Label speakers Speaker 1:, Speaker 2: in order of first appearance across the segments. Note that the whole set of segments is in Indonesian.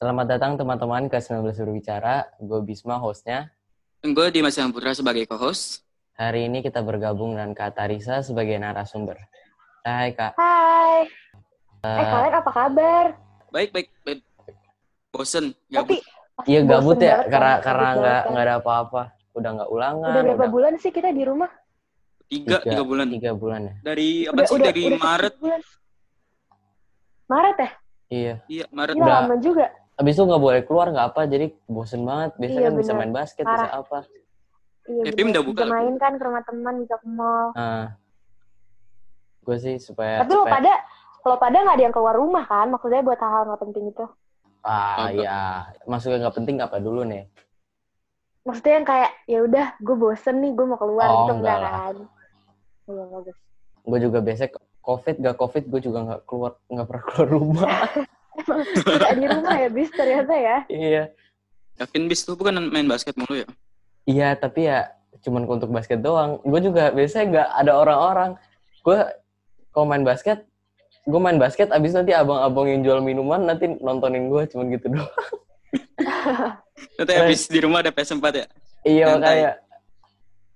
Speaker 1: Selamat datang teman-teman ke 19 Suruh Bicara. Gue Bisma, hostnya.
Speaker 2: Gue Dimas Yang Putra sebagai co-host.
Speaker 1: Hari ini kita bergabung dengan Kak Tarisa sebagai narasumber. Hai Kak.
Speaker 3: Hai. Eh kalian apa kabar?
Speaker 2: Baik, baik, baik. Bosen, gabut.
Speaker 3: Tapi pasti
Speaker 1: Iya
Speaker 3: bosen
Speaker 1: gabut ya,
Speaker 3: banget
Speaker 1: karena
Speaker 3: sama
Speaker 1: karena
Speaker 3: kegiatan.
Speaker 1: nggak nggak ada apa-apa. Udah nggak ulangan.
Speaker 3: Udah berapa bulan sih kita di rumah?
Speaker 2: Tiga, tiga bulan.
Speaker 1: Tiga bulan ya.
Speaker 2: Dari apa
Speaker 3: Udah,
Speaker 2: sih?
Speaker 3: udah,
Speaker 2: Iya, Dari
Speaker 3: udah
Speaker 2: Maret.
Speaker 3: sebulan. Maret ya?
Speaker 1: Iya.
Speaker 2: Iya, Maret.
Speaker 3: Gila
Speaker 1: Udah.
Speaker 3: lama juga.
Speaker 1: Abis itu nggak boleh keluar nggak apa, jadi bosen banget. Biasanya
Speaker 3: Iya,
Speaker 1: kan bisa
Speaker 3: bener.
Speaker 1: main basket, bisa
Speaker 3: Parah.
Speaker 1: apa.
Speaker 3: Iya,
Speaker 2: Tapi udah
Speaker 3: bisa,
Speaker 2: buka
Speaker 3: bisa
Speaker 2: lagi.
Speaker 3: main kan ke rumah teman, bisa ke mall.
Speaker 1: gue Nah, sih supaya.
Speaker 3: Tapi lo
Speaker 1: supaya-
Speaker 3: pada lo pada nggak ada yang keluar rumah kan? Maksudnya buat hal-hal nggak penting itu.
Speaker 1: Ah
Speaker 2: Agak.
Speaker 1: iya, maksudnya nggak penting apa dulu nih?
Speaker 3: Maksudnya yang kayak ya udah, gue bosen nih, gue mau keluar
Speaker 1: Oh,
Speaker 3: gitu
Speaker 1: enggak
Speaker 3: enggak
Speaker 1: lah.
Speaker 3: kan? Iya bagus.
Speaker 1: Gue juga biasanya covid gak covid gue juga nggak keluar nggak pernah keluar rumah.
Speaker 3: Gak di rumah ya bis ternyata ya.
Speaker 1: iya.
Speaker 2: Yakin bis tuh bukan main basket mulu ya?
Speaker 1: Iya, tapi ya cuman untuk basket doang. Gue juga biasanya nggak ada orang-orang. Gue kalau main basket, gue main basket abis nanti abang-abang yang jual minuman nanti nontonin gue cuman gitu doang.
Speaker 2: Nanti
Speaker 1: Eh.
Speaker 2: habis di rumah ada PS4 ya?
Speaker 1: Iya
Speaker 2: Nyantai.
Speaker 1: makanya.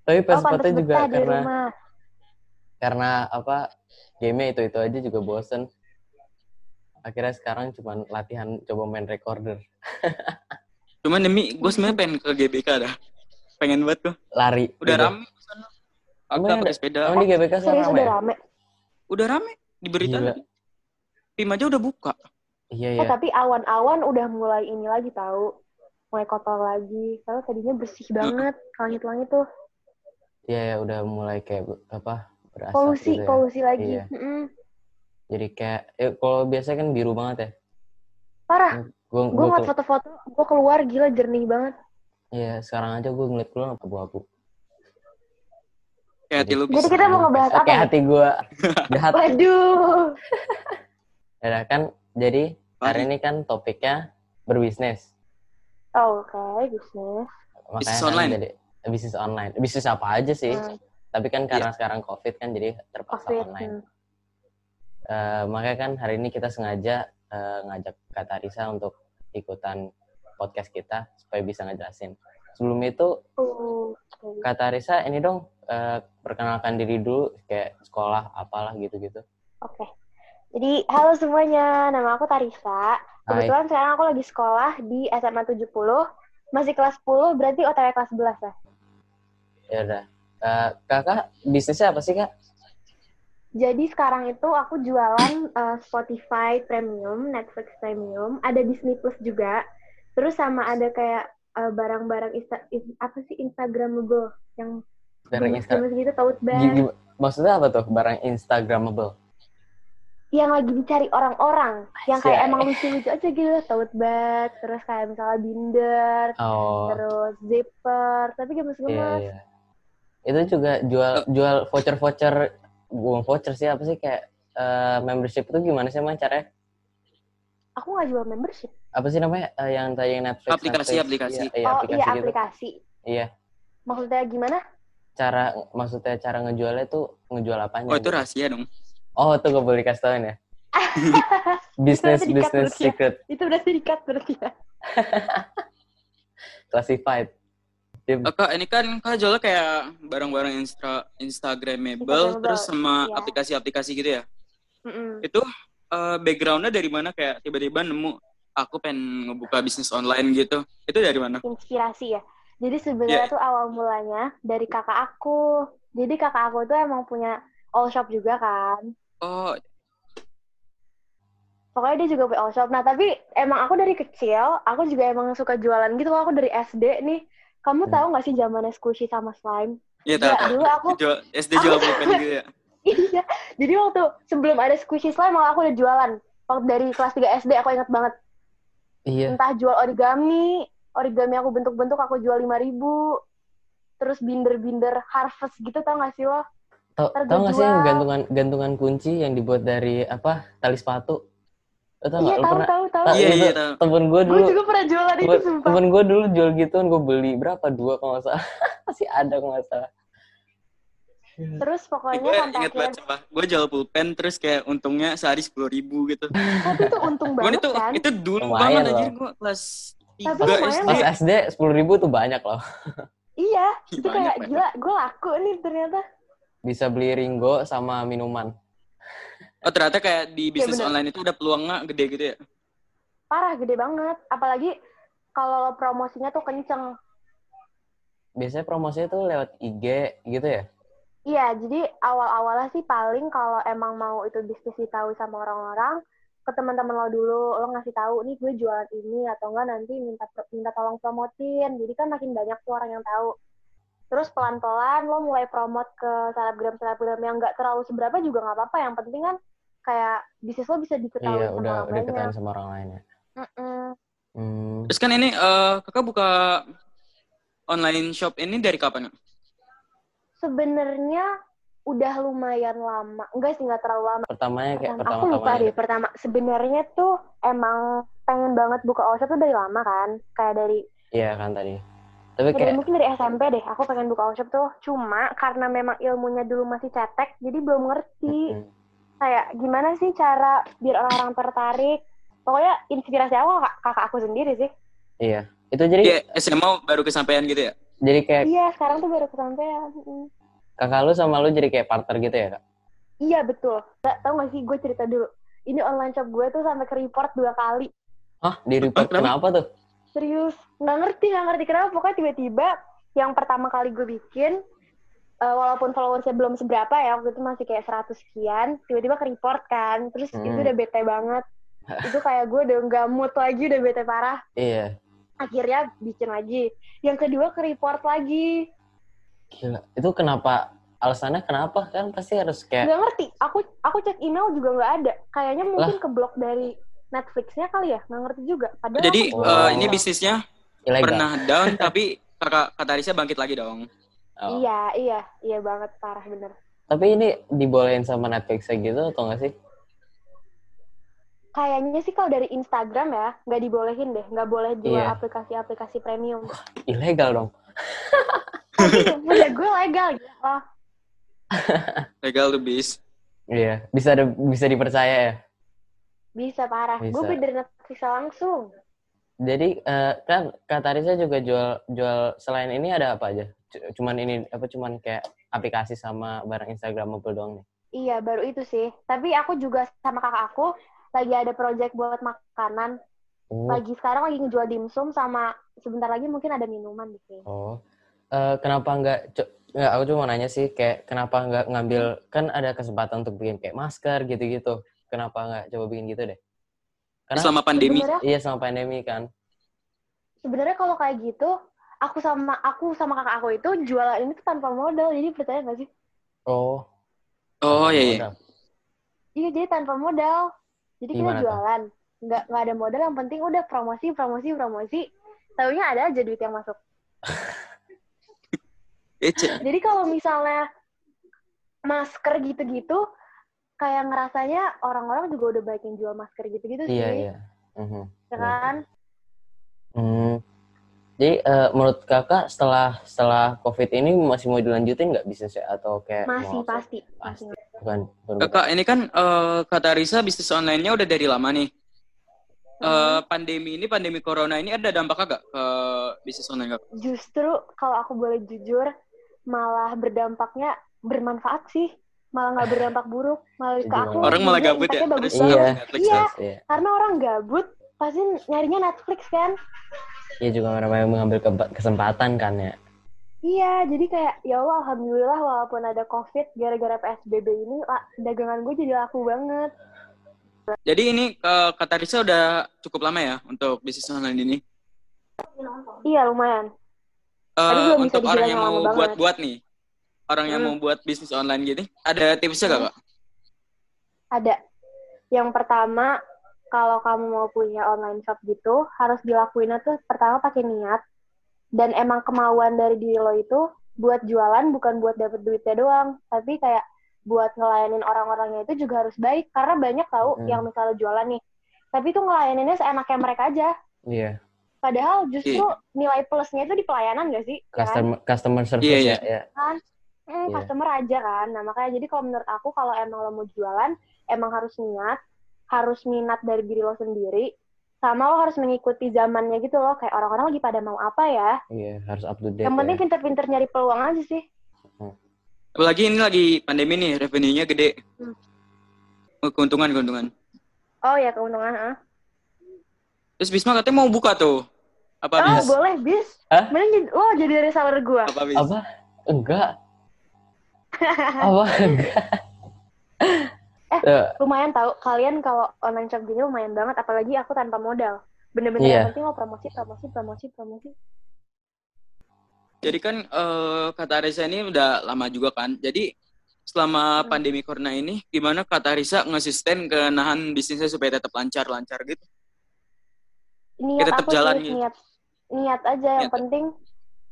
Speaker 1: Tapi
Speaker 3: Oh, pantas
Speaker 1: PS4 Kan juga
Speaker 3: betah di
Speaker 1: karena
Speaker 3: rumah.
Speaker 1: karena apa game itu itu aja juga bosen. Akhirnya sekarang cuman latihan coba main recorder.
Speaker 2: Cuman demi, gue sebenarnya pengen ke GBK dah. Pengen banget tuh.
Speaker 1: Lari.
Speaker 2: Udah
Speaker 1: gitu.
Speaker 2: rame di sana. Aku
Speaker 1: Emang
Speaker 2: pakai sepeda.
Speaker 1: Emang di GBK sekarang
Speaker 3: Serius udah
Speaker 1: ramai? ya?
Speaker 3: rame.
Speaker 2: Udah rame di berita.
Speaker 1: Gila.
Speaker 2: tadi. Pim aja udah buka.
Speaker 1: Iya,
Speaker 3: Eh
Speaker 1: iya.
Speaker 3: tapi awan-awan udah mulai ini lagi tahu, mulai kotor lagi. Kalau tadinya bersih banget, langit-langit tuh
Speaker 1: Iya, iya, udah mulai kayak be- apa? Berasap
Speaker 3: polusi,
Speaker 1: gitu ya.
Speaker 3: polusi lagi.
Speaker 1: Iya.
Speaker 3: Mm-mm.
Speaker 1: Jadi kayak eh, kalau biasanya kan biru banget ya.
Speaker 3: Parah,
Speaker 1: Gue
Speaker 3: gue ngeliat foto-foto, gue keluar gila jernih banget.
Speaker 1: Iya, sekarang aja gue ngeliat keluar abu-abu. Iya.
Speaker 2: Kayak hati lu
Speaker 3: Jadi
Speaker 2: bisa.
Speaker 3: kita mau ngebahas
Speaker 1: Oke,
Speaker 3: apa nih?
Speaker 1: hati gue jahat.
Speaker 3: Waduh,
Speaker 1: Ya kan, jadi hari ini kan topiknya berbisnis.
Speaker 3: oke bisnis.
Speaker 1: Makanya
Speaker 2: Bisnis
Speaker 1: kan
Speaker 2: online.
Speaker 1: jadi bisnis online. Bisnis apa aja sih?
Speaker 3: Hmm,
Speaker 1: Tapi kan karena
Speaker 2: Iya.
Speaker 1: sekarang COVID kan jadi terpaksa
Speaker 3: Covid.
Speaker 1: online.
Speaker 3: Hmm.
Speaker 1: Eh, makanya kan hari ini kita sengaja eh, ngajak Kak Tarisa untuk ikutan podcast kita supaya bisa ngejelasin. Sebelum itu
Speaker 3: Uh, oke.
Speaker 1: Kak Tarisa ini dong eh, perkenalkan diri dulu kayak sekolah apalah gitu-gitu.
Speaker 3: Oke. Jadi, halo semuanya. Nama aku Tarisa.
Speaker 1: Hai.
Speaker 3: Kebetulan sekarang aku lagi sekolah di SMA 70. Masih kelas 10, berarti OTW kelas 11 ya?
Speaker 1: Ya udah. Eh, kakak bisnisnya apa sih kak?
Speaker 3: Jadi sekarang itu aku jualan eh, Spotify Premium, Netflix Premium, ada Disney Plus juga. Terus sama ada kayak eh, barang-barang insta- in- apa sih Instagramable yang
Speaker 1: Barang Instagram.
Speaker 3: gemes-gemes gitu tote bag
Speaker 1: Maksudnya apa tuh barang Instagramable?
Speaker 3: yang lagi dicari orang-orang yang
Speaker 1: Anjay.
Speaker 3: kayak emang lucu-lucu aja gitu tote bag terus kayak misalnya binder
Speaker 1: Oh,
Speaker 3: terus zipper tapi gemes-gemes
Speaker 1: iya iya. Itu juga jual jual voucher voucher bukan voucher sih apa sih kayak eh, membership itu gimana sih emang caranya?
Speaker 3: aku nggak jual membership
Speaker 1: Apa sih namanya eh, yang tadi yang Netflix?
Speaker 2: Aplikasi,
Speaker 1: Netflix.
Speaker 2: aplikasi.
Speaker 1: Iya, iya,
Speaker 3: oh
Speaker 1: aplikasi
Speaker 3: iya
Speaker 1: gitu.
Speaker 3: aplikasi
Speaker 1: Iya.
Speaker 3: maksudnya gimana
Speaker 1: Cara maksudnya cara ngejualnya tuh ngejual apanya?
Speaker 2: Oh itu
Speaker 1: gitu?
Speaker 2: rahasia dong.
Speaker 1: Oh, itu gue boleh kasih tauin ya. business
Speaker 3: Itu nanti di-cut
Speaker 1: business
Speaker 3: dulu ya.
Speaker 1: secret
Speaker 3: itu udah serikat berarti ya
Speaker 1: classified. Dia
Speaker 2: Eh, Kak, ini kan Kak jualnya kayak barang-barang instra, Instagramable,
Speaker 3: Instagramable,
Speaker 2: terus sama
Speaker 3: iya.
Speaker 2: aplikasi-aplikasi gitu ya.
Speaker 3: Mm-mm.
Speaker 2: Itu eh, backgroundnya dari mana kayak tiba-tiba nemu aku pengen ngebuka bisnis online gitu. Itu dari mana?
Speaker 3: inspirasi ya. Jadi
Speaker 1: Iya.
Speaker 3: sebenarnya tuh awal mulanya dari kakak aku. Jadi kakak aku tuh emang punya all shop juga kan.
Speaker 2: Oh,
Speaker 3: Pokoknya dia juga punya all shop. Nah tapi emang aku dari kecil, aku juga emang suka jualan gitu. Aku dari SD nih. Kamu
Speaker 1: Hmm.
Speaker 3: tahu nggak sih zamannya squishy sama slime?
Speaker 2: iya tahu.
Speaker 3: Ya,
Speaker 2: tahu.
Speaker 3: dulu aku
Speaker 2: Jual, SD jual pulpen gitu ya.
Speaker 3: iya. Jadi waktu sebelum ada squishy slime malah aku udah jualan. Waktu dari kelas 3 SD aku ingat banget.
Speaker 1: iya.
Speaker 3: Entah jual origami, origami aku bentuk-bentuk aku jual 5000 Terus binder-binder harvest gitu tau gak sih lo?
Speaker 1: Tau,
Speaker 3: Ntar
Speaker 1: tau
Speaker 3: gua
Speaker 1: gak sih yang
Speaker 3: jual.
Speaker 1: gantungan gantungan kunci yang dibuat dari apa tali sepatu? Lo tau gak?
Speaker 3: Iya
Speaker 1: Lo
Speaker 3: tahu
Speaker 1: pernah?
Speaker 3: tahu tahu.
Speaker 1: Tau
Speaker 2: Iya,
Speaker 1: gitu.
Speaker 2: iya, tahu.
Speaker 1: Temen gue
Speaker 3: Gue
Speaker 1: dulu,
Speaker 3: juga pernah jualan itu
Speaker 1: temen,
Speaker 3: sumpah.
Speaker 1: gue gitu, dulu jual gituan, gue beli berapa dua kalau nggak salah, masih ada kalau nggak salah.
Speaker 3: Terus pokoknya
Speaker 2: gue
Speaker 3: sampai
Speaker 2: inget banget
Speaker 3: akhirnya,
Speaker 2: coba gue jual pulpen terus kayak untungnya sehari sepuluh ribu gitu
Speaker 3: tapi itu untung
Speaker 2: Cuman
Speaker 3: banget
Speaker 2: itu
Speaker 3: kan.
Speaker 2: itu
Speaker 1: Lumayan
Speaker 2: dulu banget
Speaker 1: loh.
Speaker 2: anjir gue kelas
Speaker 3: Tapi
Speaker 2: tiga
Speaker 3: lumayan ya,
Speaker 2: SD
Speaker 1: Pas SD 10.000 ribu tuh banyak loh.
Speaker 3: Iya,
Speaker 2: Ih,
Speaker 3: itu
Speaker 2: banyak
Speaker 3: kayak
Speaker 2: banget.
Speaker 3: gila, gue laku nih ternyata.
Speaker 1: Bisa beli Ringo sama minuman.
Speaker 2: oh ternyata kayak di bisnis
Speaker 3: Iya, bener.
Speaker 2: online itu udah peluangnya gede gitu ya
Speaker 3: Parah, gede banget. Apalagi kalau lo promosinya tuh kenceng.
Speaker 1: Biasanya promosinya tuh lewat IG gitu ya.
Speaker 3: Iya, jadi awal-awalnya sih paling kalau emang mau itu bisnis ditahu sama orang-orang, ke teman-teman lo dulu, lo ngasih tahu nih gue jualan ini atau enggak nanti minta minta tolong promotin. Jadi kan makin banyak tuh orang yang tahu. Terus pelan-pelan lo mulai promote ke selebgram-selebgram yang nggak terlalu seberapa juga nggak apa-apa. Yang penting kan kayak bisnis lo bisa diketahui
Speaker 1: iya,
Speaker 3: sama
Speaker 1: udah
Speaker 3: orang
Speaker 1: udah
Speaker 3: banyak.
Speaker 1: ketahuan sama orang lain ya.
Speaker 3: Mm-mm.
Speaker 1: Hmm,
Speaker 2: terus kan ini eh, kakak buka online shop ini dari kapan ya?
Speaker 3: Sebenarnya udah lumayan lama. Enggak sih, nggak terlalu lama.
Speaker 1: pertamanya kayak
Speaker 3: Pertama- aku lupa
Speaker 1: Iya, pertama-tama.
Speaker 3: deh pertama sebenarnya tuh emang pengen banget buka OSHA tuh dari lama kan kayak dari
Speaker 1: Iya kan tadi. Tapi
Speaker 3: dari
Speaker 1: kayak
Speaker 3: mungkin dari SMP deh aku pengen buka OSHA tuh cuma karena memang ilmunya dulu masih cetek jadi belum ngerti
Speaker 1: Mm-mm.
Speaker 3: kayak gimana sih cara biar orang-orang tertarik pokoknya inspirasi aku kak- kakak aku sendiri sih
Speaker 1: itu jadi
Speaker 2: Iya, SMA baru kesampaian gitu ya
Speaker 1: jadi kayak
Speaker 3: iya sekarang tuh baru kesampaian Mm.
Speaker 1: kakak lu sama lu jadi kayak partner gitu ya, Kak.
Speaker 3: iya betul Nggak, tau gak sih gue cerita dulu ini online shop gue tuh sampai ke report dua kali
Speaker 1: Hah, di report
Speaker 2: Kenapa?
Speaker 1: kenapa tuh?
Speaker 3: Serius, nggak ngerti, nggak ngerti kenapa. Pokoknya tiba-tiba yang pertama kali gue bikin, eh, walaupun followersnya belum seberapa ya, waktu itu masih kayak 100 sekian, tiba-tiba ke report kan. Terus
Speaker 1: Hmm.
Speaker 3: itu udah bete banget. itu kayak gue udah nggak mood lagi, udah bete parah.
Speaker 1: Iya.
Speaker 3: Akhirnya bikin lagi. Yang kedua ke report lagi.
Speaker 1: Gila. Itu kenapa alasannya kenapa kan pasti harus
Speaker 2: Ya.
Speaker 1: kayak
Speaker 3: Nggak ngerti, aku aku cek email juga nggak ada. Kayaknya mungkin ke blok dari Netflix-nya kali ya, nggak ngerti juga. Padahal
Speaker 2: jadi eh,
Speaker 3: aku-
Speaker 1: Oh.
Speaker 2: ini bisnisnya
Speaker 1: ilegal.
Speaker 2: pernah down tapi kakak kata Risa bangkit lagi dong
Speaker 1: Oh.
Speaker 3: Iya, iya, iya banget, parah bener.
Speaker 1: Tapi ini dibolehin sama Netflix gitu atau enggak sih?
Speaker 3: Kayaknya sih kalau dari Instagram ya, nggak dibolehin deh. Nggak boleh jual
Speaker 1: Iya.
Speaker 3: aplikasi-aplikasi premium.
Speaker 1: Ilegal dong.
Speaker 3: Tapi udah gue legal. gitu. Oh,
Speaker 2: legal tuh bis
Speaker 1: Iya, bisa ada- bisa dipercaya ya.
Speaker 3: bisa parah.
Speaker 1: Bisa.
Speaker 3: Gue beli dari Netflix langsung.
Speaker 1: Jadi eh, kan kata Risa juga jual jual selain ini ada apa aja? C- cuman ini apa cuman kayak aplikasi sama barang Instagramable doang nih.
Speaker 3: Iya, baru itu sih. Tapi aku juga sama kakak aku lagi ada project buat makanan.
Speaker 1: Oh.
Speaker 3: Lagi sekarang lagi ngejual dimsum sama sebentar lagi mungkin ada minuman di sini.
Speaker 1: oh. Eh, kenapa nggak co- nggak aku cuma mau nanya sih kayak kenapa nggak ngambil kan ada kesempatan untuk bikin kayak masker gitu-gitu. Kenapa nggak coba bikin gitu deh? Karena-
Speaker 2: selama pandemi
Speaker 3: Sebenarnya
Speaker 1: Iya sama pandemi kan.
Speaker 3: sebenarnya kalau kayak gitu, aku sama aku sama kakak aku itu jualan ini tuh tanpa modal. Jadi percaya nggak sih?
Speaker 1: Oh.
Speaker 2: oh iya iya
Speaker 3: Iya, jadi tanpa modal. Jadi
Speaker 1: Gimana
Speaker 3: kita
Speaker 1: tuh?
Speaker 3: jualan. Nggak, nggak ada modal, yang penting udah promosi, promosi, promosi. Taunya ada aja duit yang masuk.
Speaker 2: Ece.
Speaker 3: Jadi kalau misalnya masker gitu-gitu, kayak ngerasanya orang-orang juga udah baik yang jual masker gitu-gitu sih.
Speaker 1: Iya iya. Mhm.
Speaker 3: ya kan?
Speaker 1: Hmm. Jadi eh, menurut kakak setelah setelah COVID ini masih mau dilanjutin nggak bisnisnya atau kayak
Speaker 3: Masih,
Speaker 1: mau
Speaker 3: pasti.
Speaker 1: Pasti.
Speaker 3: Masih.
Speaker 1: bukan, bukan-
Speaker 2: Kakak, ini kan eh, kata Risa bisnis online-nya udah dari lama nih.
Speaker 3: Nah,
Speaker 2: Eh,
Speaker 1: Hmm.
Speaker 2: pandemi ini, pandemi corona ini ada dampak agak ke bisnis online kakak?
Speaker 3: Justru kalau aku boleh jujur, malah berdampaknya bermanfaat sih. Malah nggak berdampak buruk. Malah
Speaker 1: Setuju
Speaker 3: ke aku.
Speaker 1: banget.
Speaker 2: Orang malah
Speaker 3: jujur,
Speaker 2: gabut ya,
Speaker 3: impactnya bagus
Speaker 2: terus
Speaker 1: Iya.
Speaker 3: banget.
Speaker 2: nonton Netflix ya?
Speaker 3: Iya.
Speaker 2: terus.
Speaker 1: Iya,
Speaker 3: Karena orang gabut, pasti nyarinya Netflix kan.
Speaker 1: iya juga namanya mengambil keba- kesempatan kan ya.
Speaker 3: Iya, jadi kayak ya Allah alhamdulillah walaupun ada COVID gara-gara PSBB ini la- dagangan gue jadi laku banget.
Speaker 2: Jadi ini eh, kata Risa udah cukup lama ya untuk bisnis online ini.
Speaker 3: Iya, lumayan.
Speaker 2: Eh,
Speaker 3: Tapi belum bisa
Speaker 2: untuk orang
Speaker 3: dibilang
Speaker 2: yang
Speaker 3: lama
Speaker 2: mau
Speaker 3: banget.
Speaker 2: buat-buat nih, orang yang
Speaker 3: Hmm.
Speaker 2: mau buat bisnis online gitu, ada tipsnya gak kak?
Speaker 3: Ada. Yang pertama, kalau kamu mau punya online shop gitu, harus dilakuinnya tuh pertama pakai niat dan emang kemauan dari diri lo itu buat jualan bukan buat dapet duitnya doang, tapi kayak buat ngelayanin orang-orangnya itu juga harus baik karena banyak
Speaker 1: Mm.
Speaker 3: tahu yang misalnya jualan nih. Tapi tuh ngelayaninnya seenaknya mereka aja.
Speaker 1: Iya.
Speaker 3: Padahal justru nilai plusnya itu di pelayanan gak sih? Ya kan?
Speaker 1: Customer customer service
Speaker 2: Iya, iya.
Speaker 1: ya. iya.
Speaker 3: mm,
Speaker 1: Iya.
Speaker 3: customer aja kan. Nah, makanya jadi kalau menurut aku kalau emang lo mau jualan, emang harus niat, harus minat dari diri lo sendiri, sama lo harus mengikuti zamannya gitu loh. Kayak orang-orang lagi pada mau apa ya.
Speaker 1: Iya, harus up to date.
Speaker 3: Yang penting
Speaker 1: ya.
Speaker 3: pinter-pinter nyari peluang aja sih.
Speaker 2: Apalagi ini lagi pandemi nih, revenue-nya gede.
Speaker 3: Hmm.
Speaker 2: Keuntungan, keuntungan.
Speaker 3: Oh ya, keuntungan. ah.
Speaker 2: Terus Bisma katanya mau buka tuh. Apa
Speaker 3: Oh,
Speaker 2: bis?
Speaker 3: boleh, bis.
Speaker 1: Hah?
Speaker 3: Mending jadi, lo jadi reseller gua.
Speaker 2: Apa bis?
Speaker 1: apa? Enggak. apa? Enggak.
Speaker 3: Eh,
Speaker 1: Eh,
Speaker 3: Lumayan tahu kalian kalau online shop gini lumayan banget apalagi aku tanpa modal. Bener-bener
Speaker 1: Iya.
Speaker 3: yang penting lo promosi, promosi, promosi, promosi.
Speaker 2: Jadi kan eh, kata Arisa ini udah lama juga kan. Jadi selama
Speaker 3: Hmm.
Speaker 2: pandemi corona ini, gimana kata Arisa ngesisten ke nahan bisnisnya supaya tetap lancar-lancar gitu?
Speaker 3: niat
Speaker 2: Ya, tetap
Speaker 3: aku
Speaker 2: jalan
Speaker 3: sih,
Speaker 2: gitu.
Speaker 3: niat niat aja yang
Speaker 2: Niat.
Speaker 3: penting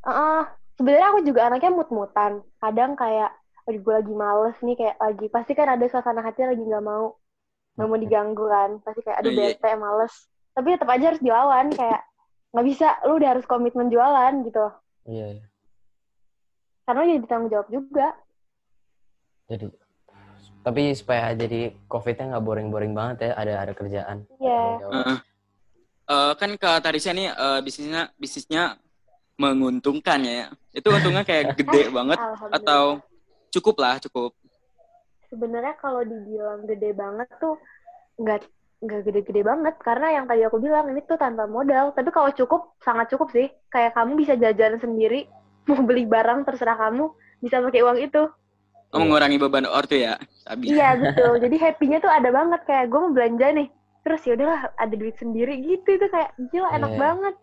Speaker 3: Heeh. sebenarnya aku juga anaknya mut-mutan kadang kayak aduh gue lagi males nih kayak lagi pasti kan ada suasana hati lagi nggak mau nggak mau diganggu kan pasti kayak aduh
Speaker 2: Iya.
Speaker 3: bete males tapi tetap aja harus jualan kayak nggak bisa lu udah harus komitmen jualan gitu
Speaker 1: Iya,
Speaker 3: karena lu jadi tanggung jawab juga
Speaker 1: jadi tapi supaya jadi COVID-nya nggak boring-boring banget ya, ada ada kerjaan.
Speaker 3: Iya.
Speaker 2: Heeh. Eh, kan kata Arisa nih eh, bisnisnya bisnisnya menguntungkan ya. Itu untungnya kayak gede banget
Speaker 3: alhamdulillah
Speaker 2: atau cukup lah cukup.
Speaker 3: sebenarnya kalau dibilang gede banget tuh nggak nggak gede-gede banget karena yang tadi aku bilang ini tuh tanpa modal tapi kalau cukup sangat cukup sih kayak kamu bisa jajan sendiri mau beli barang terserah kamu bisa pakai uang itu
Speaker 2: Oh, mengurangi beban ortu ya. Tapi
Speaker 3: iya betul jadi happy-nya tuh ada banget kayak gue mau belanja nih terus ya udahlah ada duit sendiri gitu itu kayak gila enak
Speaker 1: Iya.
Speaker 3: banget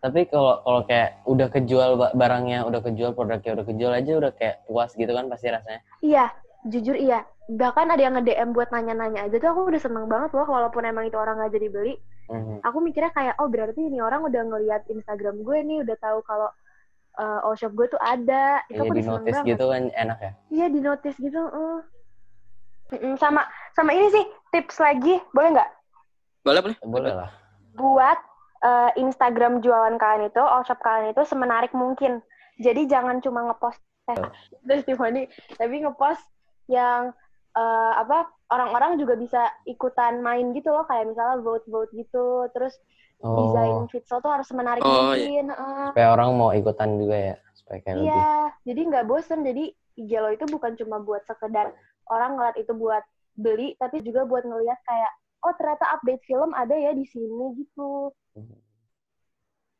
Speaker 1: Tapi kalau kalau kayak udah kejual ba- barangnya, udah kejual produknya, udah kejual aja udah kayak puas gitu kan pasti rasanya.
Speaker 3: iya jujur iya bahkan ada yang nge-DM buat nanya-nanya aja tuh aku udah seneng banget loh walaupun emang itu orang nggak jadi beli
Speaker 1: Mhm.
Speaker 3: aku mikirnya kayak oh berarti ini orang udah ngelihat Instagram gue nih udah tahu kalau uh, all shop gue tuh ada itu
Speaker 1: Kayak
Speaker 3: aku
Speaker 1: di
Speaker 3: udah seneng
Speaker 1: notice
Speaker 3: banget
Speaker 1: gitu kan enak ya.
Speaker 3: iya di notice gitu eh. Mm-mm, sama sama ini sih tips lagi boleh nggak
Speaker 2: boleh boleh.
Speaker 1: Boleh lah.
Speaker 3: buat uh, Instagram jualan kalian itu all shop kalian itu semenarik mungkin jadi jangan cuma ngepost
Speaker 1: Iya.
Speaker 3: testimoni tapi ngepost yang uh, apa orang-orang juga bisa ikutan main gitu loh kayak misalnya vote vote gitu terus desain
Speaker 1: Oh,
Speaker 3: pixel tuh harus menarik
Speaker 2: Oh,
Speaker 3: mungkin. eh.
Speaker 1: supaya orang mau ikutan juga ya, supaya kayak lebih.
Speaker 3: Iya, jadi nggak bosen. Jadi IG lo itu bukan cuma buat sekedar orang ngeliat itu buat beli, tapi juga buat ngeliat kayak, oh ternyata update film ada ya di sini gitu.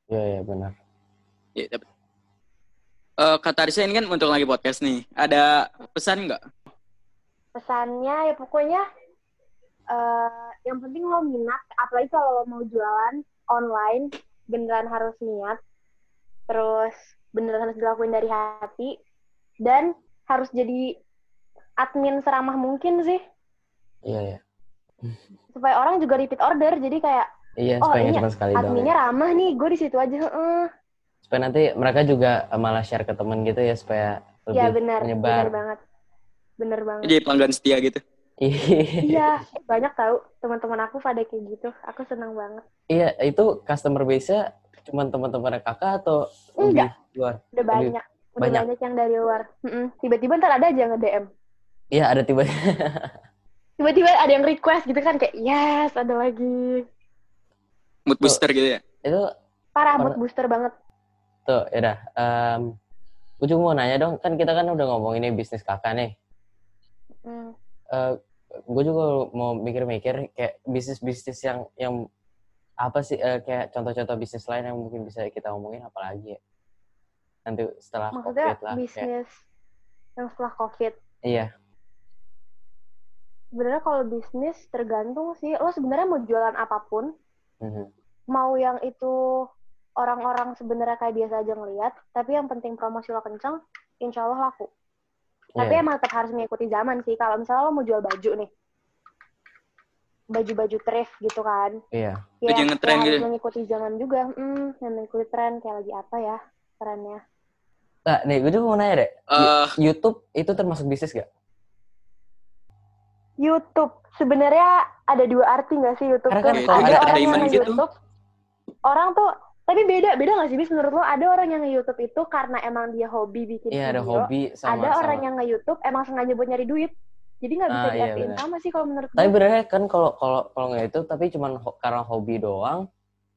Speaker 1: Iya, iya benar.
Speaker 2: Ya, dapat. Eh, kata Arisa ini kan untuk lagi podcast nih. Ada pesan nggak?
Speaker 3: Pesannya ya pokoknya, eh, yang penting lo minat, apalagi kalau lo mau jualan online, beneran harus niat, terus beneran harus dilakuin dari hati, dan harus jadi admin seramah mungkin sih.
Speaker 1: Iya, iya.
Speaker 3: supaya orang juga repeat order jadi kayak
Speaker 1: Iya,
Speaker 3: Oh,
Speaker 1: supaya nggak
Speaker 3: iya.
Speaker 1: cuma sekali doang.
Speaker 3: adminnya
Speaker 1: ya.
Speaker 3: ramah nih gue di situ aja heeh.
Speaker 1: Supaya nanti mereka juga eh, malah share ke teman gitu ya supaya lebih
Speaker 3: ya benar
Speaker 1: menyebar.
Speaker 3: benar banget benar banget
Speaker 2: Jadi pelanggan setia gitu.
Speaker 1: Iya.
Speaker 3: iya banyak tahu teman-teman aku pada kayak gitu aku seneng banget
Speaker 1: Iya, itu customer base-nya cuma teman-teman kakak atau
Speaker 3: Enggak.
Speaker 1: lebih luar?
Speaker 3: udah
Speaker 1: Lebih
Speaker 3: banyak udah
Speaker 1: banyak.
Speaker 3: banyak, yang dari luar Mm-mm. tiba-tiba ntar ada aja yang nge-DM
Speaker 1: Iya, ada tiba
Speaker 3: tiba-tiba ada yang request gitu kan kayak yes ada lagi
Speaker 2: Mood booster gitu ya.
Speaker 1: itu Parah.
Speaker 3: parah mood booster banget
Speaker 1: tuh, yaudah. Em, gue cuma mau nanya dong, kan kita kan udah ngomongin nih bisnis kakak nih.
Speaker 3: Mm.
Speaker 1: gue juga mau mikir-mikir kayak bisnis-bisnis yang yang apa sih eh, kayak contoh-contoh bisnis lain yang mungkin bisa kita omongin apalagi ya nanti setelah
Speaker 3: maksudnya
Speaker 1: covid lah kayak,
Speaker 3: bisnis yang setelah covid
Speaker 1: iya
Speaker 3: sebenarnya kalau bisnis tergantung sih lo sebenarnya mau jualan apapun
Speaker 1: Mhm.
Speaker 3: mau yang itu orang-orang sebenarnya kayak biasa aja ngelihat, tapi yang penting promosi lo kenceng, insya Allah laku. Tapi
Speaker 1: Iya.
Speaker 3: emang tetap harus mengikuti zaman sih. Kalau misalnya lo mau jual baju nih, baju-baju thrift gitu kan,
Speaker 1: iya
Speaker 3: ya,
Speaker 2: Baju yang ngetren
Speaker 3: ya harus
Speaker 2: gitu.
Speaker 3: mengikuti zaman juga. Hmm, yang mengikuti tren kayak lagi apa ya trennya?
Speaker 1: nah nih gue juga mau nanya deh
Speaker 2: Eh,
Speaker 1: Ah, YouTube itu termasuk bisnis gak
Speaker 3: YouTube sebenarnya ada dua arti nggak sih YouTube
Speaker 1: Karena kan
Speaker 3: tuh?
Speaker 1: kalau ada
Speaker 3: orang yang
Speaker 2: entertainment
Speaker 3: main
Speaker 2: gitu.
Speaker 3: YouTube, orang tuh Tapi beda, beda nggak sih bis menurut lo ada orang yang nge-youtube itu karena emang dia hobi bikin
Speaker 1: Iya ada
Speaker 3: video.
Speaker 1: hobi sama
Speaker 3: ada
Speaker 1: sama-
Speaker 3: orang yang nge-youtube emang sengaja buat nyari duit. Jadi nggak bisa
Speaker 1: Ah, iya,
Speaker 3: dikasihin
Speaker 1: benar.
Speaker 3: sama sih kalau menurut
Speaker 1: Tapi
Speaker 3: gue.
Speaker 1: benernya kan kalau kalau kalau nggak itu tapi cuman ho- karena hobi doang,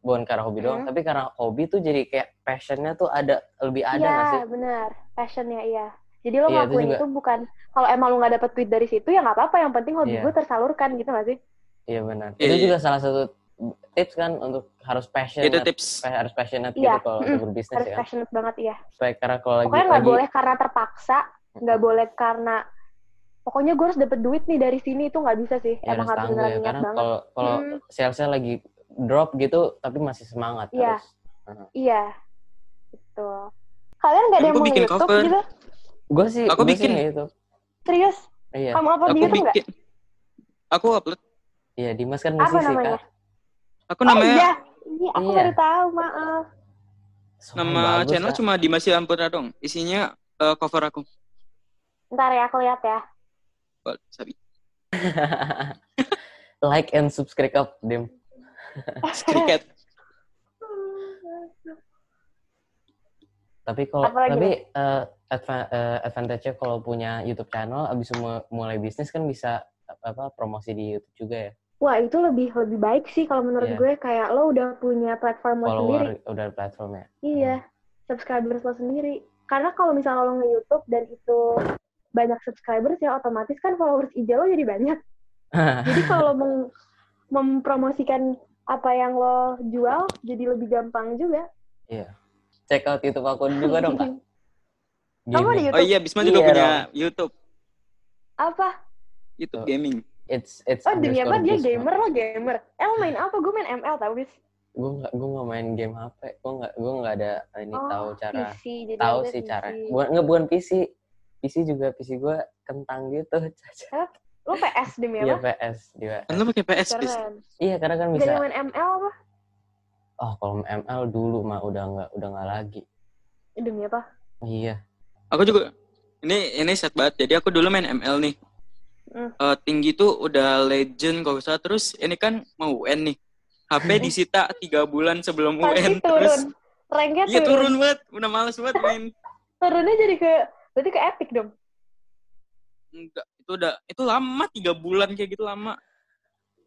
Speaker 1: bukan karena hobi doang,
Speaker 3: Hmm.
Speaker 1: tapi karena hobi tuh jadi kayak passionnya tuh ada lebih ada
Speaker 3: Iya,
Speaker 1: nggak sih?
Speaker 3: benar. Passionnya iya. Jadi lo
Speaker 1: Iya, itu
Speaker 3: ngakuin
Speaker 1: juga.
Speaker 3: itu, bukan kalau emang lo nggak dapet duit dari situ ya nggak apa-apa. Yang penting hobi
Speaker 1: Iya.
Speaker 3: gue tersalurkan gitu nggak sih?
Speaker 1: Iya benar.
Speaker 2: Iya,
Speaker 1: itu
Speaker 2: iya.
Speaker 1: juga salah satu tips kan untuk harus passion kan?
Speaker 2: Itu tips.
Speaker 1: harus passionate
Speaker 3: Iya,
Speaker 1: gitu kalau
Speaker 3: mm-mm,
Speaker 1: untuk berbisnis
Speaker 3: Harus
Speaker 1: ya kan.
Speaker 3: passionate banget iya.
Speaker 1: Supaya karena kalau lagi
Speaker 3: Pokoknya nggak
Speaker 1: lagi-
Speaker 3: boleh karena terpaksa, nggak boleh karena pokoknya gue harus dapet duit nih dari sini itu nggak bisa sih.
Speaker 1: ya,
Speaker 3: emang
Speaker 1: harus
Speaker 3: harus
Speaker 1: tangguh
Speaker 3: beneran
Speaker 1: ya
Speaker 3: niat
Speaker 1: karena
Speaker 3: banget.
Speaker 1: kalau kalau
Speaker 3: Hmm.
Speaker 1: salesnya lagi drop gitu tapi masih semangat
Speaker 3: Iya.
Speaker 1: harus.
Speaker 3: Iya, betul. Kalian nggak ada
Speaker 2: Aku
Speaker 3: yang mau
Speaker 2: bikin
Speaker 3: YouTube
Speaker 2: cover.
Speaker 3: gitu?
Speaker 1: Gue sih
Speaker 2: Aku
Speaker 1: gua sih
Speaker 2: bikin.
Speaker 1: nggak itu.
Speaker 3: Serius?
Speaker 1: Iya.
Speaker 3: Kamu upload
Speaker 2: Aku
Speaker 3: di YouTube Oh, nggak?
Speaker 2: bikin. Aku upload.
Speaker 1: Iya, Dimas kan
Speaker 3: Apa
Speaker 1: musisi
Speaker 3: namanya?
Speaker 1: Kak.
Speaker 2: Aku namanya
Speaker 3: iya. Iya, aku
Speaker 1: Iya.
Speaker 3: baru tahu, maaf.
Speaker 1: Suara
Speaker 2: nama
Speaker 1: bagus,
Speaker 2: channel
Speaker 1: Kak.
Speaker 2: cuma Dimas Ampera dong. Isinya eh, cover aku.
Speaker 3: Ntar ya, aku lihat ya.
Speaker 2: Wah, sabi.
Speaker 1: like and subscribe up, Dim.
Speaker 3: Oh,
Speaker 2: Cricket.
Speaker 1: Tapi kalau
Speaker 3: Apalagi
Speaker 1: tapi eh, adva- eh, advantage-nya kalau punya YouTube channel abis mu- mulai bisnis kan bisa apa promosi di YouTube juga ya.
Speaker 3: Wah, itu lebih lebih baik sih kalau menurut
Speaker 1: Iya.
Speaker 3: gue kayak lo udah punya platform lo sendiri.
Speaker 1: Follower Hmm. udah ada platformnya.
Speaker 3: Iya, subscribers lo sendiri. Karena kalau misalnya lo nge-YouTube dan itu banyak subscribers ya otomatis kan followers IG lo jadi banyak. Jadi kalau meng- mempromosikan apa yang lo jual jadi lebih gampang juga.
Speaker 1: Check out YouTube aku juga dong, Kak.
Speaker 3: Kamu ada
Speaker 1: Gaming.
Speaker 2: Oh
Speaker 3: YouTube
Speaker 2: iya, Bisma juga
Speaker 1: Iya
Speaker 2: punya YouTube.
Speaker 3: apa?
Speaker 2: YouTube
Speaker 1: Tuh.
Speaker 2: gaming.
Speaker 1: It's it's
Speaker 3: Oh demi apa
Speaker 1: underscore
Speaker 3: dia
Speaker 1: Bisma.
Speaker 3: gamer lo gamer. Eh lo main apa? Gue main ML tau bis.
Speaker 1: Gue nggak gue nggak main game HP. Gue nggak gue nggak ada ini
Speaker 3: Oh,
Speaker 1: tahu cara
Speaker 3: PC, jadi
Speaker 1: tahu
Speaker 3: ada
Speaker 1: sih
Speaker 3: PC.
Speaker 1: cara. Bukan nggak bukan PC. PC juga PC gue kentang gitu. Caca.
Speaker 3: Lo PS demi
Speaker 1: Iya
Speaker 3: apa?
Speaker 1: PS juga.
Speaker 2: Kan lu pakai PS, Bis.
Speaker 3: Keren.
Speaker 1: Iya karena kan
Speaker 3: Gak
Speaker 1: bisa.
Speaker 3: ada yang main ML apa?
Speaker 1: Oh kalau ML dulu mah udah nggak udah nggak lagi.
Speaker 3: Eh, Demi apa?
Speaker 1: Iya.
Speaker 2: Aku juga ini ini set banget. Jadi aku dulu main ML nih.
Speaker 3: Hmm.
Speaker 2: Eh, tinggi tuh udah legend kalau nggak salah. Terus ini kan mau UN nih. HP disita tiga bulan sebelum
Speaker 3: Eh. Pasti
Speaker 2: UN.
Speaker 3: turun.
Speaker 2: Terus
Speaker 3: Ranknya
Speaker 2: iya
Speaker 3: turun.
Speaker 2: turun banget. Udah males banget main.
Speaker 3: Turunnya jadi ke berarti ke epic dong.
Speaker 2: Enggak, itu udah itu lama tiga bulan kayak gitu lama.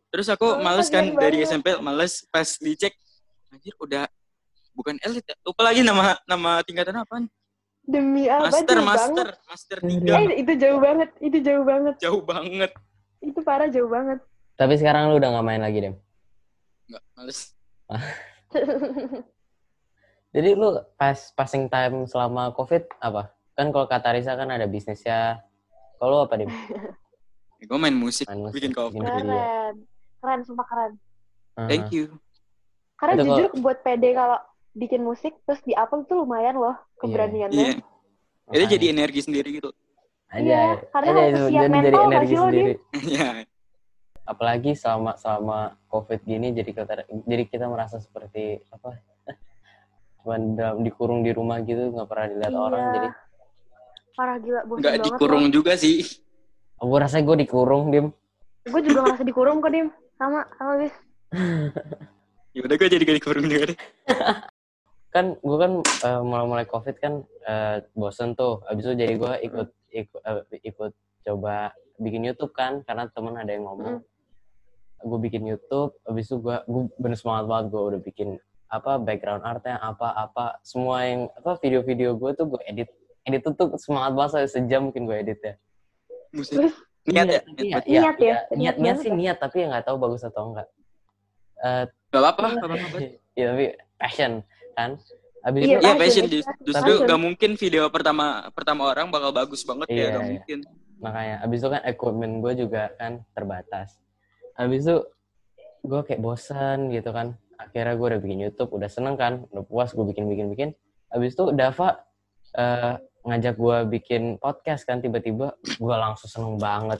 Speaker 2: Terus aku
Speaker 3: Oh,
Speaker 2: males kan
Speaker 3: kasihan
Speaker 2: dari
Speaker 3: banget.
Speaker 2: SMP males pas dicek anjir udah bukan elit ya. Lupa lagi nama nama tingkatan apaan?
Speaker 3: Demi apa?
Speaker 2: Master,
Speaker 3: Jauh
Speaker 2: master,
Speaker 3: banget.
Speaker 2: master
Speaker 3: Eh,
Speaker 2: tiga
Speaker 3: itu jauh banget, itu jauh banget,
Speaker 2: jauh banget.
Speaker 3: itu parah jauh banget.
Speaker 1: Tapi sekarang lu udah nggak main lagi dem.
Speaker 2: Enggak, males.
Speaker 1: Jadi lu pas passing time selama covid apa? Kan kalau kata Risa kan ada bisnisnya. Kalau lu apa dem?
Speaker 2: Ya, gue main musik,
Speaker 1: Main musik,
Speaker 2: bikin cover. Eh,
Speaker 1: bikin video.
Speaker 3: keren, keren, sumpah keren.
Speaker 1: Ah.
Speaker 2: Thank you.
Speaker 3: Karena
Speaker 1: Itu
Speaker 3: jujur buat PD kalau bikin musik terus di upload tuh lumayan loh keberaniannya.
Speaker 2: Iya. Itu jadi energi sendiri gitu.
Speaker 1: Iya.
Speaker 3: Iya, karena harus siap mental nggak sih lo, Dim?
Speaker 2: Iya.
Speaker 1: Apalagi selama selama covid gini jadi kita jadi kita merasa seperti apa? Cuman dalam dikurung di rumah gitu nggak pernah dilihat
Speaker 3: Iya.
Speaker 1: orang jadi.
Speaker 3: Parah gila, bosan
Speaker 2: Enggak
Speaker 3: banget.
Speaker 2: dikurung juga sih.
Speaker 1: Gue rasanya gue dikurung dim.
Speaker 3: Gue juga ngerasa dikurung kok, Dim. Sama, sama bis.
Speaker 2: Ya udah gue jadi gak dikurung juga deh.
Speaker 1: kan gue kan eh, mulai-mulai covid kan eh, bosen tuh abis itu jadi
Speaker 3: Hmm.
Speaker 1: gue ikut ikut eh, ikut coba bikin YouTube kan karena temen ada yang ngomong
Speaker 3: Hmm.
Speaker 1: gue bikin YouTube abis itu gue gue bener semangat banget gue udah bikin apa background artnya apa apa semua yang apa video-video gue tuh gue edit edit tuh, tuh semangat banget saya sejam mungkin gue edit ya
Speaker 2: Musik.
Speaker 3: Terus?
Speaker 2: Niat
Speaker 1: Iya,
Speaker 2: ya?
Speaker 1: tapi ya,
Speaker 2: Niat.
Speaker 1: iya, iya.
Speaker 3: Niat ya? Niat
Speaker 1: niat niat
Speaker 3: banget
Speaker 1: sih
Speaker 3: ya?
Speaker 1: niat tapi ya nggak tahu bagus atau enggak Eh,
Speaker 2: Gak apa-apa. nggak apa-apa.
Speaker 1: ya tapi passion kan abis
Speaker 3: Iya,
Speaker 1: itu
Speaker 2: Iya
Speaker 3: Passion,
Speaker 2: passion
Speaker 3: iya.
Speaker 2: just- justru
Speaker 3: Passion.
Speaker 2: gak mungkin video pertama pertama orang bakal bagus banget
Speaker 1: Iya,
Speaker 2: ya gak
Speaker 1: iya.
Speaker 2: mungkin.
Speaker 3: Hmm.
Speaker 1: makanya abis itu kan equipment gue juga kan terbatas abis itu gue kayak bosan gitu kan akhirnya gue udah bikin YouTube udah seneng kan udah puas gue bikin bikin bikin abis itu Dava eh, ngajak gue bikin podcast kan tiba-tiba gue langsung seneng banget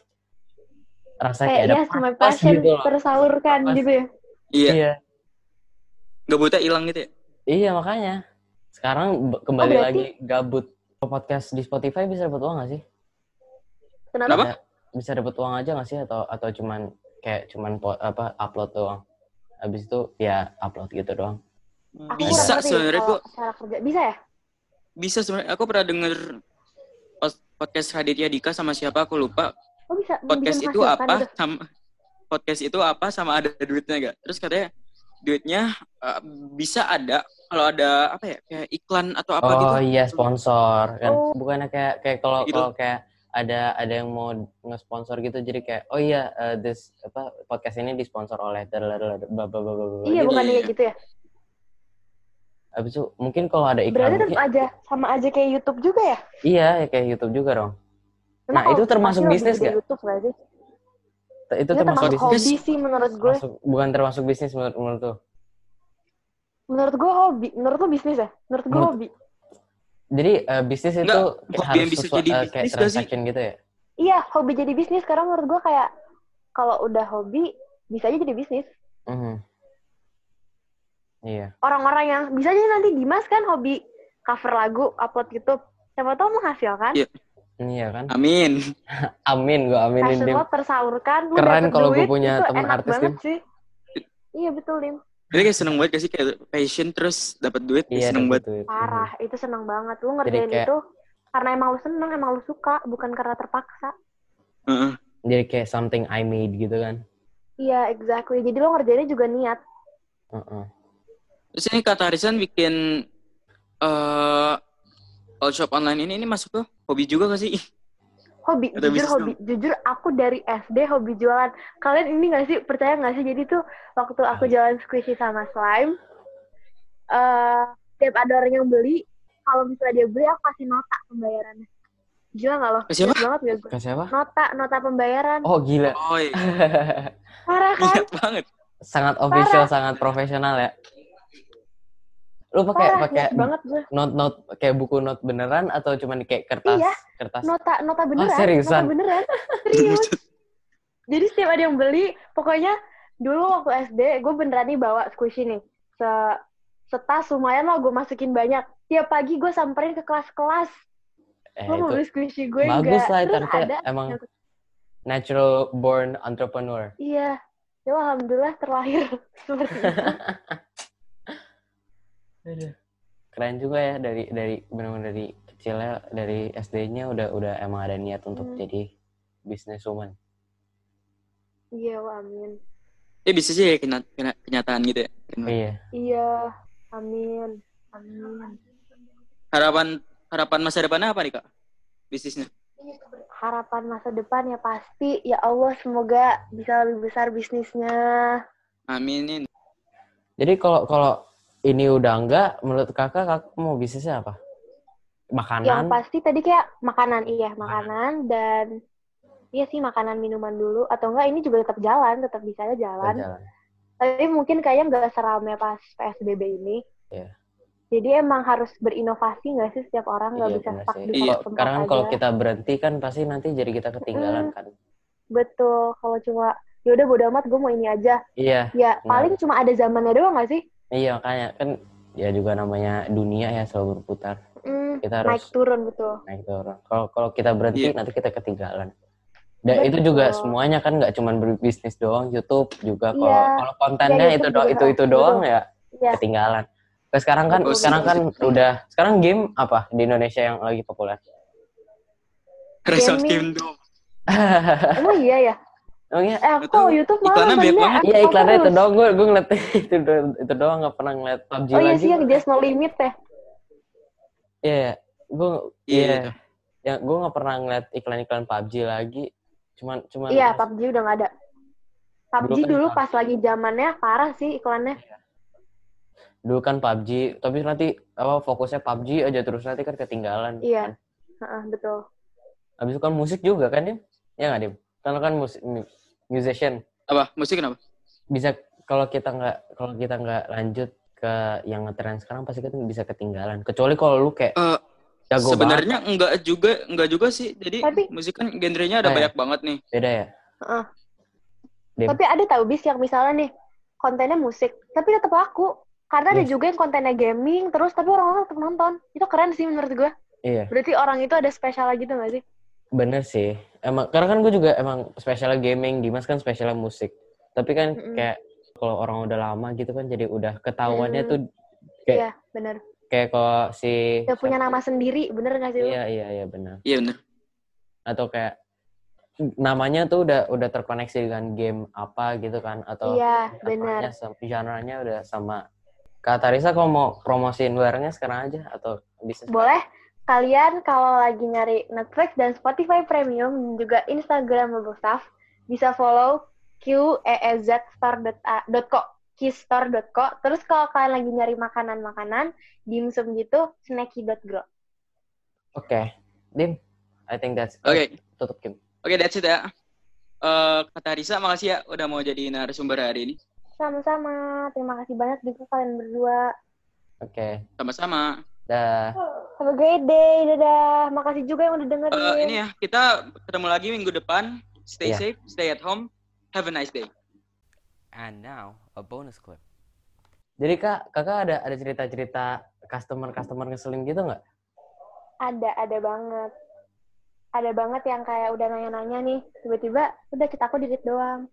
Speaker 1: rasanya kayak,
Speaker 3: Kayak
Speaker 1: ada
Speaker 3: yes,
Speaker 1: purpose
Speaker 3: my Eh, iya, passion
Speaker 1: gitu loh.
Speaker 3: tersalurkan
Speaker 1: Pas-
Speaker 3: gitu ya.
Speaker 2: Iya,
Speaker 1: iya
Speaker 2: gak buta hilang gitu ya.
Speaker 1: iya makanya sekarang b- kembali
Speaker 3: Oh, berarti-
Speaker 1: lagi gabut podcast di Spotify bisa dapat uang gak sih
Speaker 3: Kenapa?
Speaker 1: Iya.
Speaker 2: Kenapa?
Speaker 1: bisa dapat uang aja nggak sih atau atau cuman kayak cuman po- apa upload doang habis itu ya upload gitu doang
Speaker 3: Aku kurang
Speaker 2: Bisa
Speaker 3: ngerti
Speaker 2: sebenarnya,
Speaker 3: kalau
Speaker 2: Bu.
Speaker 3: cara kerja. Bisa ya?
Speaker 2: Bisa sebenarnya aku pernah denger pos- podcast Raditya Dika sama siapa aku lupa.
Speaker 3: Oh bisa.
Speaker 2: Podcast
Speaker 3: bikin
Speaker 2: itu
Speaker 3: persiapan
Speaker 2: apa
Speaker 3: gitu.
Speaker 2: sama podcast itu apa sama ada duitnya gak? Terus katanya duitnya eh, bisa ada kalau ada apa ya kayak iklan atau apa gitu.
Speaker 1: oh iya sponsor kan
Speaker 3: Oh.
Speaker 1: bukannya kayak kayak kalau
Speaker 2: Gitu.
Speaker 1: kalau kayak ada ada yang mau nge-sponsor gitu jadi kayak oh iya eh, this apa podcast ini disponsor oleh dadadadada, bla bla bla bla bla
Speaker 3: Iya
Speaker 1: gitu.
Speaker 3: bukan
Speaker 2: iya.
Speaker 3: kayak gitu ya.
Speaker 1: Habis itu mungkin kalau ada iklan
Speaker 3: Berarti tetap
Speaker 1: mungkin-
Speaker 3: aja sama aja kayak YouTube juga ya?
Speaker 1: iya ya kayak YouTube juga dong
Speaker 3: Cuma
Speaker 1: Nah,
Speaker 3: kalau
Speaker 1: itu termasuk
Speaker 3: pasti lebih
Speaker 1: bisnis
Speaker 3: gede
Speaker 1: nggak?
Speaker 3: YouTube nggak sih?
Speaker 1: T- itu
Speaker 2: Iya,
Speaker 3: Itu
Speaker 1: termasuk
Speaker 3: termasuk
Speaker 1: bisnis
Speaker 3: hobi sih menurut gue.
Speaker 1: Masuk- bukan termasuk bisnis menurut menurut tuh
Speaker 3: Menurut gue hobi. Menurut lo bisnis ya? Menurut gue
Speaker 1: Menurut-
Speaker 3: hobi.
Speaker 1: jadi eh, bisnis itu
Speaker 2: Nggak,
Speaker 1: kayak
Speaker 2: hobi
Speaker 1: harus
Speaker 2: yang bisa
Speaker 1: sesua-
Speaker 2: jadi
Speaker 1: eh, kayak
Speaker 2: bisnis nggak sih?
Speaker 1: transaction gitu ya
Speaker 3: Iya hobi jadi bisnis. Karena menurut gue kayak kalau udah hobi bisa aja jadi bisnis.
Speaker 1: Mhm. iya
Speaker 3: Orang-orang yang bisa aja nanti Dimas kan hobi cover lagu, upload YouTube. Siapa tahu menghasilkan.
Speaker 2: Iya.
Speaker 1: iya kan
Speaker 2: Amin.
Speaker 1: amin gue aminin
Speaker 3: passion
Speaker 1: Dim
Speaker 3: lo tersalurkan. lu
Speaker 1: Iya, Keren
Speaker 3: dapet
Speaker 1: kalau gue
Speaker 3: duit,
Speaker 1: punya
Speaker 3: itu
Speaker 1: temen
Speaker 3: enak
Speaker 1: artis,
Speaker 3: banget
Speaker 1: Dim.
Speaker 3: sih. Iya betul Dim.
Speaker 2: Jadi kayak seneng banget gak sih kayak passion terus dapat duit
Speaker 1: iya
Speaker 2: seneng banget.
Speaker 1: betul.
Speaker 3: Parah, itu seneng banget. Lu ngerjain
Speaker 1: Mhm. kayak-
Speaker 3: itu karena emang lu seneng, emang lu suka, bukan karena terpaksa.
Speaker 2: Heeh.
Speaker 1: Mhm. jadi kayak something I made gitu kan
Speaker 3: Iya, exactly. Jadi lu ngerjainnya juga niat.
Speaker 1: Mhm.
Speaker 2: Terus ini kata Harisan bikin eh all shop online ini ini masuk ke hobi juga gak sih?
Speaker 3: Hobi,
Speaker 2: Ada
Speaker 3: jujur
Speaker 2: bisnis
Speaker 3: hobi. Jujur aku dari SD hobi jualan. Kalian ini gak sih, percaya gak sih? Jadi tuh waktu aku jualan squishy sama slime, eh tiap ada orang yang beli, kalau misalnya dia beli, aku kasih nota pembayarannya. Gila gak lo?
Speaker 2: Ke siapa?
Speaker 3: Ingat banget gak gue?
Speaker 1: ke siapa
Speaker 3: Nota, nota pembayaran.
Speaker 1: oh gila
Speaker 2: Oh iya,
Speaker 3: Parah kan?
Speaker 2: Ingat banget.
Speaker 1: sangat official sangat profesional ya lu pakai
Speaker 3: Parah,
Speaker 1: pakai
Speaker 3: ingat banget gue.
Speaker 1: note note kayak buku note beneran atau cuman kayak kertas
Speaker 3: Iya.
Speaker 1: kertas
Speaker 3: Nota, nota beneran.
Speaker 2: Oh,
Speaker 1: seriusan?
Speaker 3: Nota beneran. Serius. Jadi setiap ada yang beli, pokoknya dulu waktu SD, gue beneran nih bawa squishy nih. Se setas lumayan lah gue masukin banyak. Tiap pagi gue samperin ke kelas-kelas.
Speaker 1: eh,
Speaker 3: Lo mau
Speaker 1: itu
Speaker 3: beli squishy gue
Speaker 1: bagus
Speaker 3: enggak?
Speaker 1: lah itu
Speaker 3: Terus
Speaker 1: artinya
Speaker 3: ada.
Speaker 1: emang natural born entrepreneur
Speaker 3: Iya. Ya alhamdulillah terlahir seperti itu. Iya.
Speaker 1: Aduh. Keren juga ya dari dari benar-benar dari kecilnya dari SD-nya udah udah emang ada niat untuk
Speaker 3: Hmm.
Speaker 1: jadi businesswoman.
Speaker 3: Iya, wah, amin.
Speaker 2: Eh bisa sih ya kena, kena- kenyataan gitu ya.
Speaker 1: Iya.
Speaker 3: Iya, amin. Amin.
Speaker 2: Harapan harapan masa depannya apa nih kak? Bisnisnya?
Speaker 3: Harapan Iya, masa depan ya pasti. Ya Allah, semoga bisa lebih besar bisnisnya.
Speaker 2: Aminin.
Speaker 1: Jadi kalau kalau ini udah enggak menurut Kakak Kakak mau bisnisnya apa?
Speaker 3: Yang
Speaker 1: Makanan. Nah.
Speaker 3: pasti tadi kayak makanan, iya makanan dan iya sih makanan minuman dulu atau enggak ini juga tetap jalan, tetap bisa aja
Speaker 1: atau
Speaker 3: jalan.
Speaker 1: jalan?
Speaker 3: Tapi mungkin kayaknya nggak serame pas PSBB ini.
Speaker 1: Iya.
Speaker 3: Jadi emang harus berinovasi nggak sih setiap orang nggak
Speaker 1: Iya,
Speaker 3: bisa
Speaker 1: benar
Speaker 3: stuck
Speaker 1: sih.
Speaker 2: Iya,
Speaker 3: di
Speaker 1: Kalau
Speaker 3: satu tempat
Speaker 1: sekarang kan kalau
Speaker 3: aja. Hmm.
Speaker 1: kita berhenti kan pasti nanti jadi kita ketinggalan kan.
Speaker 3: Betul, kalau cuma yaudah bodo amat gue mau ini aja.
Speaker 1: Iya,
Speaker 3: Ya
Speaker 1: Benar.
Speaker 3: paling cuma ada zamannya doang nggak sih?
Speaker 1: iya makanya kan ya juga namanya dunia ya selalu berputar.
Speaker 3: Mm,
Speaker 1: Kita
Speaker 3: naik
Speaker 1: harus
Speaker 3: turun betul.
Speaker 1: naik turun. Nah, Kalau kalau kita berhenti
Speaker 2: Iya.
Speaker 1: nanti kita ketinggalan. Dan
Speaker 3: Betul.
Speaker 1: itu juga semuanya kan nggak cuma berbisnis doang, YouTube juga kalau
Speaker 3: Iya.
Speaker 1: kalau kontennya itu
Speaker 3: Iya, YouTube
Speaker 1: do-
Speaker 3: juga.
Speaker 1: itu itu doang ya
Speaker 3: Iya.
Speaker 1: ketinggalan. Nah, sekarang kan
Speaker 2: Betul,
Speaker 1: sekarang kan
Speaker 2: betul.
Speaker 1: udah sekarang game apa di Indonesia yang lagi populer?
Speaker 2: Resort
Speaker 3: Gaming.
Speaker 2: Kingdom.
Speaker 3: Emang iya ya.
Speaker 1: Emang ya?
Speaker 3: Eh aku
Speaker 2: Betul.
Speaker 3: kalau YouTube malah
Speaker 2: Iklannya banyak
Speaker 3: nontonnya
Speaker 2: banget.
Speaker 1: Iya iklannya itu
Speaker 3: terus.
Speaker 1: doang gue gue ngeliat itu do- itu doang nggak pernah ngeliat PUBG
Speaker 3: Oh iya
Speaker 1: lagi.
Speaker 3: sih yang Just No Limit ya.
Speaker 1: Iya gue
Speaker 2: Iya.
Speaker 1: iya yang gue nggak pernah ngeliat iklan-iklan PUBG lagi. Cuman cuman
Speaker 3: Iya, PUBG udah nggak ada. PUBG
Speaker 1: Dulu kan
Speaker 3: dulu
Speaker 1: PUBG.
Speaker 3: pas lagi zamannya parah sih iklannya.
Speaker 1: dulu kan PUBG tapi nanti apa fokusnya PUBG aja terus nanti kan ketinggalan.
Speaker 3: Iya.
Speaker 1: kan.
Speaker 3: Heeh, betul.
Speaker 1: Habis itu kan musik juga kan Dim? Ya nggak Dim? Karena kan musik, mu- musician
Speaker 2: Apa? Musik kenapa?
Speaker 1: bisa kalau kita nggak kalau kita nggak lanjut ke yang ngetren sekarang pasti kita bisa ketinggalan. Kecuali kalau lu kayak
Speaker 2: Eh,
Speaker 1: jago banget
Speaker 2: Sebenarnya enggak juga, enggak juga sih. Jadi
Speaker 3: Tapi-
Speaker 2: musik kan genrenya
Speaker 1: Eh.
Speaker 2: ada banyak banget nih.
Speaker 1: beda ya. Dim.
Speaker 3: Tapi ada tau bis yang misalnya nih kontennya musik, tapi tetap laku. Karena ada
Speaker 1: Yes.
Speaker 3: juga yang kontennya gaming terus tapi orang-orang tetap nonton. Itu keren sih menurut gue.
Speaker 1: Iya
Speaker 3: Berarti orang itu ada spesial gitu gak sih?
Speaker 1: bener sih. Emang karena kan gue juga emang spesialnya gaming, Dimas kan spesialnya musik. Tapi kan
Speaker 3: Mm-mm.
Speaker 1: kayak kalau orang udah lama gitu kan jadi udah ketahuannya
Speaker 3: Mm.
Speaker 1: tuh Oke.
Speaker 3: Iya, bener.
Speaker 1: Kayak kalau si
Speaker 3: Udah punya nama sendiri, bener gak sih? lu?
Speaker 1: Iya, iya, iya benar.
Speaker 2: Iya bener.
Speaker 1: Atau kayak namanya tuh udah udah terkoneksi dengan game apa gitu kan atau
Speaker 3: Iya,
Speaker 1: apanya
Speaker 3: bener.
Speaker 1: sama genre-nya udah sama. Kak Tarisa kalau mau promosiin barangnya sekarang aja atau bisa
Speaker 3: Boleh kalian kalau lagi nyari Netflix dan Spotify Premium dan juga Instagramable stuff bisa follow E qeezstore.co kistore.co terus kalau kalian lagi nyari makanan-makanan dimsum gitu snacky.gro
Speaker 1: Oke. Dim, I think that's
Speaker 2: Oke.
Speaker 1: Tutup Kim.
Speaker 2: Oke, that's it ya. Eh Kata Risa, makasih ya udah mau jadi narasumber hari ini.
Speaker 3: sama-sama terima kasih banyak juga kalian berdua
Speaker 1: Oke.
Speaker 2: Sama-sama.
Speaker 1: Dah.
Speaker 3: have a great day dadah makasih juga yang udah dengerin
Speaker 2: Eh ini ya, kita ketemu lagi minggu depan. Stay
Speaker 1: Iya.
Speaker 2: safe, stay at home. Have a nice day.
Speaker 4: And now, a bonus clip.
Speaker 1: Jadi Kak, Kakak ada ada cerita-cerita customer-customer ngeselin gitu nggak?
Speaker 3: ada ada banget ada banget yang kayak udah nanya-nanya nih tiba-tiba udah kita aku dirit doang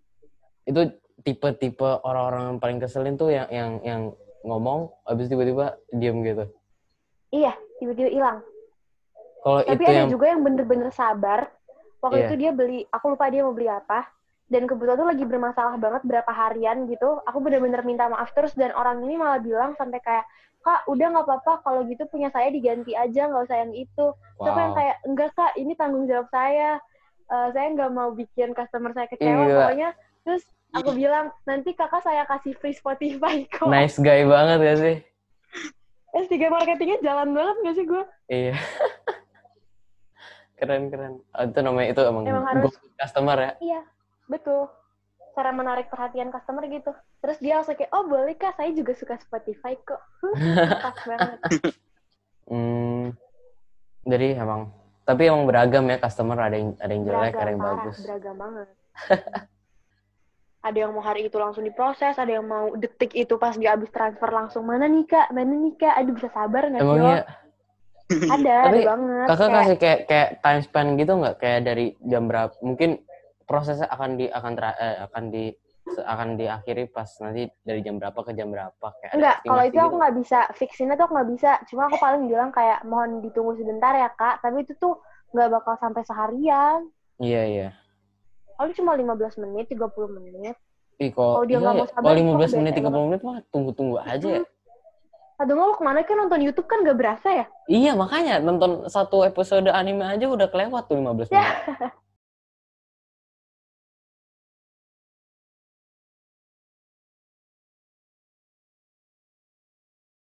Speaker 1: Itu tipe-tipe orang-orang yang paling keselin tuh yang yang yang ngomong habis tiba-tiba diem gitu.
Speaker 3: iya tiba-tiba hilang
Speaker 1: Kalau
Speaker 3: Tapi
Speaker 1: itu
Speaker 3: ada
Speaker 1: yang
Speaker 3: juga yang bener-bener sabar. Waktu
Speaker 1: Iya.
Speaker 3: itu dia beli, aku lupa dia mau beli apa. Dan kebetulan tuh lagi bermasalah banget berapa harian gitu. Aku bener-bener minta maaf terus dan orang ini malah bilang sampai kayak, Kak, udah nggak apa-apa kalau gitu punya saya diganti aja, nggak usah yang itu. Terus aku yang
Speaker 1: wow.
Speaker 3: kayak, enggak Kak, ini tanggung jawab saya. Eh, saya nggak mau bikin customer saya kecewa.
Speaker 1: Iya.
Speaker 3: Pokoknya terus aku bilang, nanti kakak saya kasih free Spotify kok.
Speaker 1: nice guy banget ya sih.
Speaker 3: S3 marketingnya jalan banget gak sih gue?
Speaker 1: Iya. keren keren. Oh, itu namanya itu emang,
Speaker 3: Emang harus-
Speaker 1: good customer ya.
Speaker 3: Betul. Cara menarik perhatian customer gitu. Terus dia langsung kayak, oh boleh kak, saya juga suka Spotify kok. Huh, Pas banget.
Speaker 1: Hmm, jadi emang tapi emang beragam ya customer ada yang ada yang jelek, ada yang
Speaker 3: parah,
Speaker 1: bagus.
Speaker 3: beragam banget. ada yang mau hari itu langsung diproses, ada yang mau detik itu pas dia habis transfer langsung, mana nih kak, mana nih kak, aduh bisa sabar nggak sih lo?
Speaker 1: Emangnya
Speaker 3: Ada,
Speaker 1: Tapi
Speaker 3: ada banget.
Speaker 1: kakak
Speaker 3: kan Kayak,
Speaker 1: kasih kayak kayak time span gitu nggak kayak dari jam berapa mungkin prosesnya akan di akan tera- eh, akan di se- akan diakhiri pas nanti dari jam berapa ke jam berapa kayak ada
Speaker 3: Enggak,
Speaker 1: estimasi
Speaker 3: kalau itu aku
Speaker 1: gitu.
Speaker 3: nggak bisa, fixinnya tuh aku nggak bisa. Cuma aku paling bilang kayak, mohon ditunggu sebentar ya kak, tapi itu tuh nggak bakal sampai seharian.
Speaker 1: iya iya
Speaker 3: Paling cuma 15 menit, 30 menit.
Speaker 1: Ih, kalau
Speaker 3: Kalau
Speaker 1: iya
Speaker 3: dia nggak
Speaker 1: ya,
Speaker 3: mau sabar,
Speaker 1: kalau
Speaker 3: itu
Speaker 1: 15
Speaker 3: bete
Speaker 1: menit 30
Speaker 3: banget.
Speaker 1: menit mah tunggu-tunggu aja ya.
Speaker 3: Aduh mau kemana kan nonton YouTube kan gak berasa ya?
Speaker 1: Iya makanya nonton satu episode anime aja udah kelewat tuh 15 menit.